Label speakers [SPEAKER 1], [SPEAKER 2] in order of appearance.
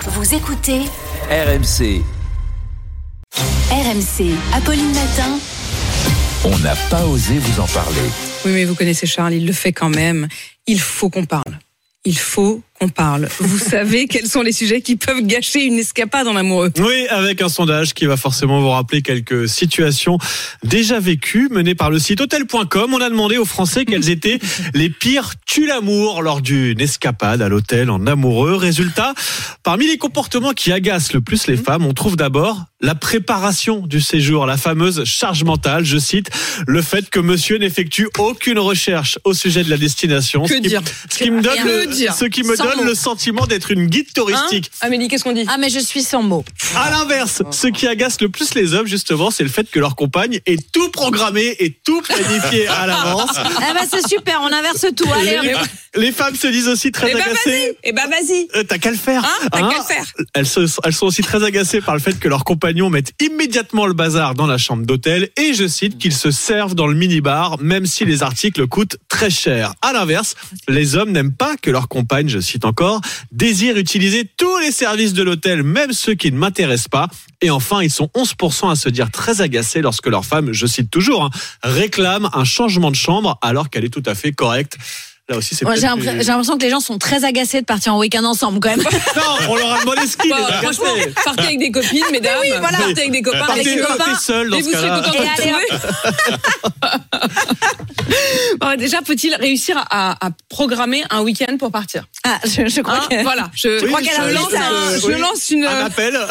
[SPEAKER 1] Vous écoutez
[SPEAKER 2] RMC,
[SPEAKER 1] RMC. Apolline Matin.
[SPEAKER 2] on n'a pas osé vous en parler.
[SPEAKER 3] Oui, mais vous connaissez Charles, il le fait quand même. Il faut qu'on parle. Il faut qu'on parle. Vous savez quels sont les sujets qui peuvent gâcher une escapade en amoureux.
[SPEAKER 4] Oui, avec un sondage qui va forcément vous rappeler quelques situations déjà vécues, menées par le site hôtel.com. On a demandé aux Français quels étaient les pires tue l'amour lors d'une escapade à l'hôtel en amoureux. Résultat, parmi les comportements qui agacent le plus
[SPEAKER 3] Mmh.
[SPEAKER 4] les femmes, on trouve d'abord la préparation du séjour, la fameuse charge mentale, je cite, le fait que monsieur n'effectue aucune recherche au sujet de la destination.
[SPEAKER 3] Que
[SPEAKER 4] ce qui,
[SPEAKER 3] dire
[SPEAKER 4] ce qui me donne,
[SPEAKER 3] Rien.
[SPEAKER 4] le-
[SPEAKER 3] Que dire
[SPEAKER 4] ce qui me
[SPEAKER 3] Sans
[SPEAKER 4] donne
[SPEAKER 3] mots. Hein
[SPEAKER 4] le sentiment d'être une guide touristique.
[SPEAKER 3] Amélie, qu'est-ce qu'on dit
[SPEAKER 5] Ah mais je suis sans mots.
[SPEAKER 4] À l'inverse, ce qui agace le plus les hommes, justement, c'est le fait que leur compagne est tout programmé et tout planifié à l'avance.
[SPEAKER 5] Ah bah c'est super, on inverse tout. Allez,
[SPEAKER 4] Les, les femmes se disent aussi très
[SPEAKER 3] Eh ben vas-y
[SPEAKER 4] agacées.
[SPEAKER 3] Eh ben vas-y
[SPEAKER 4] Euh, T'as qu'à le faire.
[SPEAKER 3] Hein T'as
[SPEAKER 5] Ah.
[SPEAKER 4] Hein
[SPEAKER 3] qu'à le faire
[SPEAKER 4] elles, se- elles sont aussi très agacées par le fait que leurs compagnons mettent immédiatement le bazar dans la chambre d'hôtel et je cite qu'ils se servent dans le minibar même si les articles coûtent très cher. À l'inverse, les hommes n'aiment pas que leurs compagnes, je cite encore, désirent utiliser tous les services de l'hôtel, même ceux qui ne m'intéressent pas. Et enfin, ils sont 11% à se dire très agacés lorsque leur femme, je cite toujours, hein, réclame un changement de chambre alors qu'elle est tout à fait correcte. Là aussi, c'est
[SPEAKER 5] Moi, j'ai
[SPEAKER 4] peut-être
[SPEAKER 5] l'impr-
[SPEAKER 4] des-
[SPEAKER 5] j'ai l'impression que les gens sont très agacés de partir en week-end ensemble quand même.
[SPEAKER 4] Non, on leur a demandé ce qu'ils
[SPEAKER 3] Bon,
[SPEAKER 4] les
[SPEAKER 3] Franchement,
[SPEAKER 4] agaçaient.
[SPEAKER 3] partez avec des copines, mesdames.
[SPEAKER 5] Ah, voilà.
[SPEAKER 3] Partez avec des copains,
[SPEAKER 4] Partez-
[SPEAKER 3] avec des
[SPEAKER 4] partez
[SPEAKER 3] copains.
[SPEAKER 4] seuls dans
[SPEAKER 3] et
[SPEAKER 4] ce
[SPEAKER 3] vous serez
[SPEAKER 4] cas-là.
[SPEAKER 3] contents de
[SPEAKER 5] Et allez,
[SPEAKER 3] retrouver. Bon, Déjà, faut-il réussir à, à programmer un week-end pour partir
[SPEAKER 5] Ah, je, je crois
[SPEAKER 3] Hein
[SPEAKER 5] que...
[SPEAKER 3] Voilà, je,
[SPEAKER 4] Oui,
[SPEAKER 3] je
[SPEAKER 4] je-
[SPEAKER 3] lance,
[SPEAKER 4] je-
[SPEAKER 3] un-
[SPEAKER 4] oui. Ah,
[SPEAKER 3] je lance une...
[SPEAKER 4] Un appel.